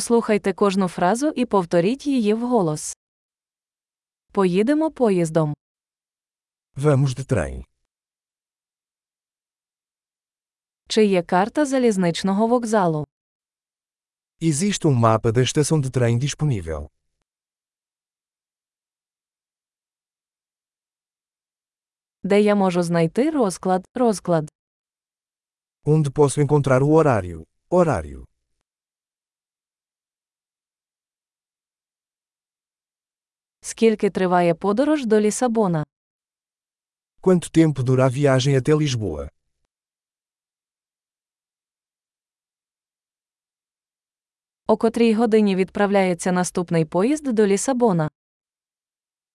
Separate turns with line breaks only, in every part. Послухайте кожну фразу і повторіть її вголос. Поїдемо поїздом.
Vamos de trem.
Чи є карта залізничного вокзалу?
Existe um mapa da estação de trem disponível.
Де я можу знайти розклад, розклад?
Onde posso encontrar o horário? Horário.
Скільки триває подорож до Лісабона?
Quanto tempo dura a viagem até Lisboa?
О котрій годині відправляється наступний поїзд до Лісабона?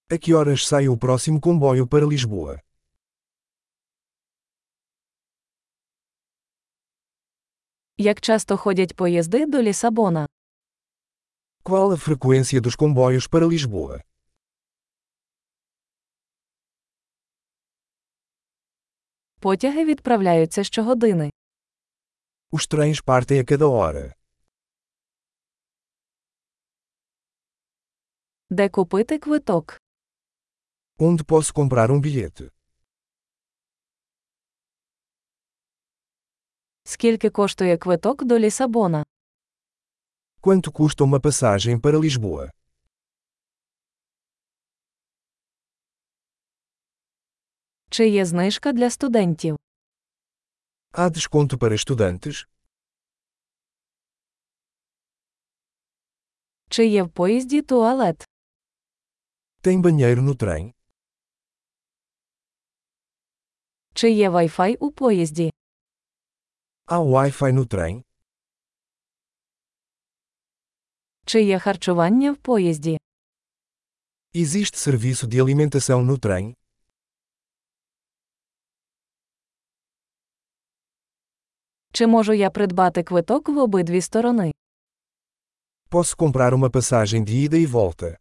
A que horas sai o próximo comboio para Lisboa?
Як часто ходять поїзди до Лісабона?
Qual a frequência dos comboios para Lisboa?
Потяги відправляються щогодини.
Os trens partem a cada hora.
Де купити квиток?
Onde posso comprar um bilhete?
Скільки коштує квиток до Лісабона?
Quanto custa uma passagem para Lisboa?
Чи є знижка для студентів?
Há desconto para estudantes?
Чи є в поїзді туалет?
Tem banheiro no trem?
Чи є Wi-Fi у поїзді?
Há Wi-Fi no trem?
Чи є харчування в поїзді?
Existe serviço de alimentação no trem?
Чи можу я придбати квиток в обидві сторони?
Posso comprar uma passagem de ida e volta.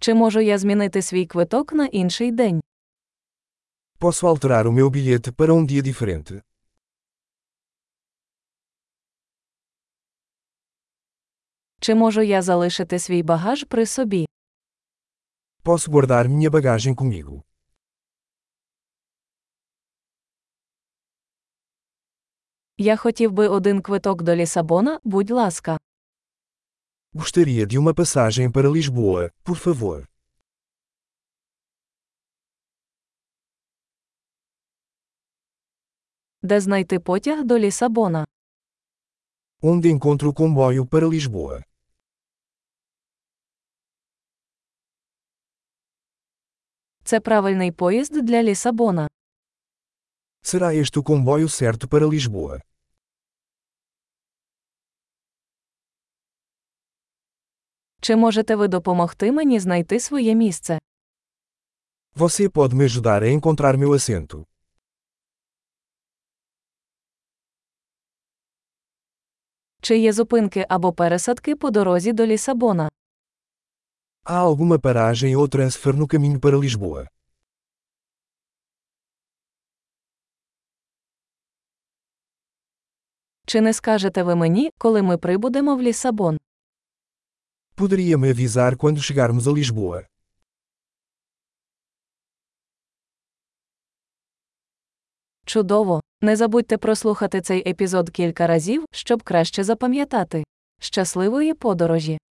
Чи можу я змінити свій квиток на інший день?
Posso alterar o meu bilhete para um dia diferente.
Чи можу я залишити свій багаж при собі?
Posso guardar minha bagagem comigo.
Я хотів би один квиток до Лісабона, будь ласка.
Gostaria de uma passagem para Lisboa, por favor.
Де знайти потяг до Лісабона?
Onde encontro o comboio para Lisboa?
Це правильний поїзд для Лісабона.
Será este o comboio certo para Lisboa?
Чи можете ви допомогти мені знайти своє місце?
Você pode me ajudar a encontrar meu assento.
Чи є зупинки або пересадки по дорозі до Лісабона?
Há alguma paragem ou transfer no caminho para Lisboa?
Чи не скажете ви мені, коли ми прибудемо в Лісабон?
Poderia me avisar quando chegarmos a Lisboa?
Чудово! Не забудьте прослухати цей епізод кілька разів, щоб краще запам'ятати. Щасливої подорожі!